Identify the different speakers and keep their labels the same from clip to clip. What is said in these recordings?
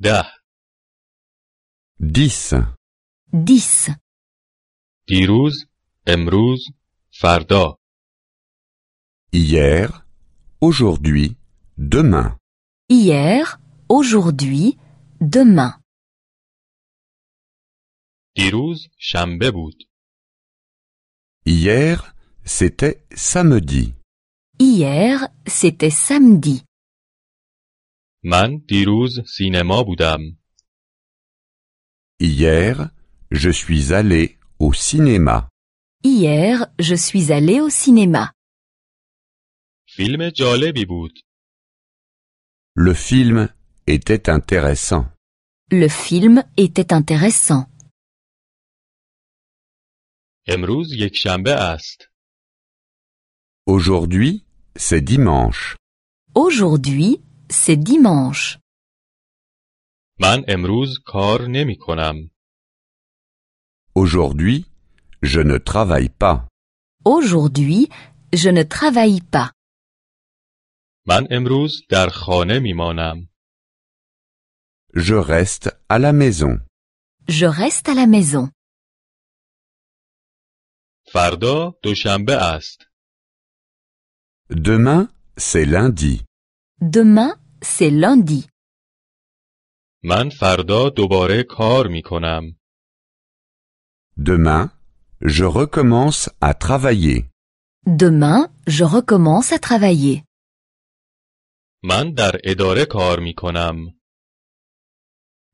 Speaker 1: ده
Speaker 2: dix,
Speaker 3: dix,
Speaker 1: دیروز امروز فردا
Speaker 2: hier, aujourd'hui, demain,
Speaker 3: hier, aujourd'hui, demain,
Speaker 1: دیروز شنبه بود
Speaker 2: hier, c'était samedi,
Speaker 3: hier, c'était samedi,
Speaker 1: من دیروز سینما بودم
Speaker 2: hier, je suis allé au cinéma,
Speaker 3: hier, je suis allé au cinéma,
Speaker 1: فیلم جالبی بود
Speaker 2: le film était intéressant,
Speaker 3: le film était intéressant,
Speaker 1: امروز یک شنبه است
Speaker 2: aujourd'hui, c'est dimanche,
Speaker 3: aujourd'hui, c'est dimanche,
Speaker 1: من امروز کار نمی کنم
Speaker 2: aujourd'hui, je ne travaille pas,
Speaker 3: aujourd'hui, je ne travaille pas,
Speaker 1: من امروز در خانه می مانم
Speaker 2: je reste à la maison,
Speaker 3: je reste à la maison,
Speaker 1: فردا دوشنبه است
Speaker 2: demain, c'est lundi,
Speaker 3: demain, c'est lundi,
Speaker 1: من فردا دوباره کار می کنم
Speaker 2: demain, je recommence à travailler,
Speaker 3: demain, je recommence à travailler,
Speaker 1: من در اداره کار می کنم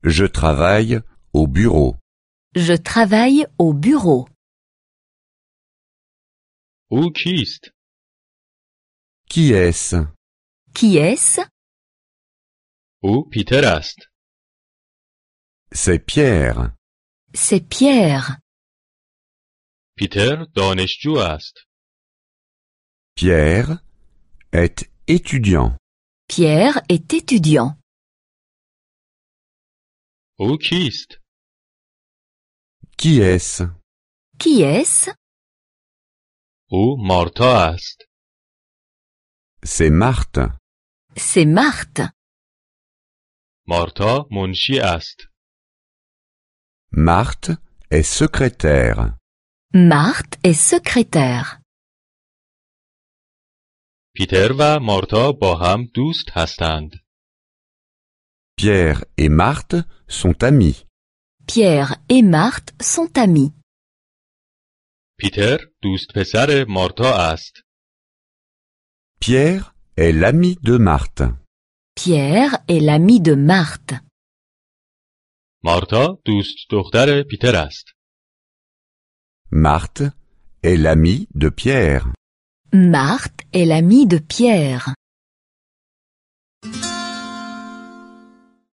Speaker 2: je travaille au bureau,
Speaker 3: je travaille au bureau,
Speaker 1: او کیست؟
Speaker 2: qui est-ce
Speaker 3: qui est-ce
Speaker 1: او پیتر است
Speaker 2: C'est Pierre.
Speaker 3: C'est Pierre,
Speaker 1: پیتر دانشجو است
Speaker 2: Pierre est étudiant.
Speaker 3: Pierre est étudiant.
Speaker 1: او کیست؟
Speaker 2: Qui est-ce
Speaker 3: Qui est-ce
Speaker 1: او مارتا است
Speaker 2: C'est Marthe.
Speaker 3: C'est Marthe.
Speaker 1: مارتا منشی است
Speaker 2: Marthe est secrétaire.
Speaker 3: Marthe est secrétaire.
Speaker 1: پیتر و مارتا با هم دوست هستند
Speaker 2: Pierre et Marthe sont amis.
Speaker 3: Pierre et Marthe sont amis.
Speaker 1: پیتر دوست پسر مارتا است
Speaker 2: Pierre est l'ami de Marthe.
Speaker 3: Pierre est l'ami de Marthe.
Speaker 1: مارتا دوست دختر پیتر است
Speaker 2: Marthe est l'amie de Pierre.
Speaker 3: Marthe est l'ami de Pierre.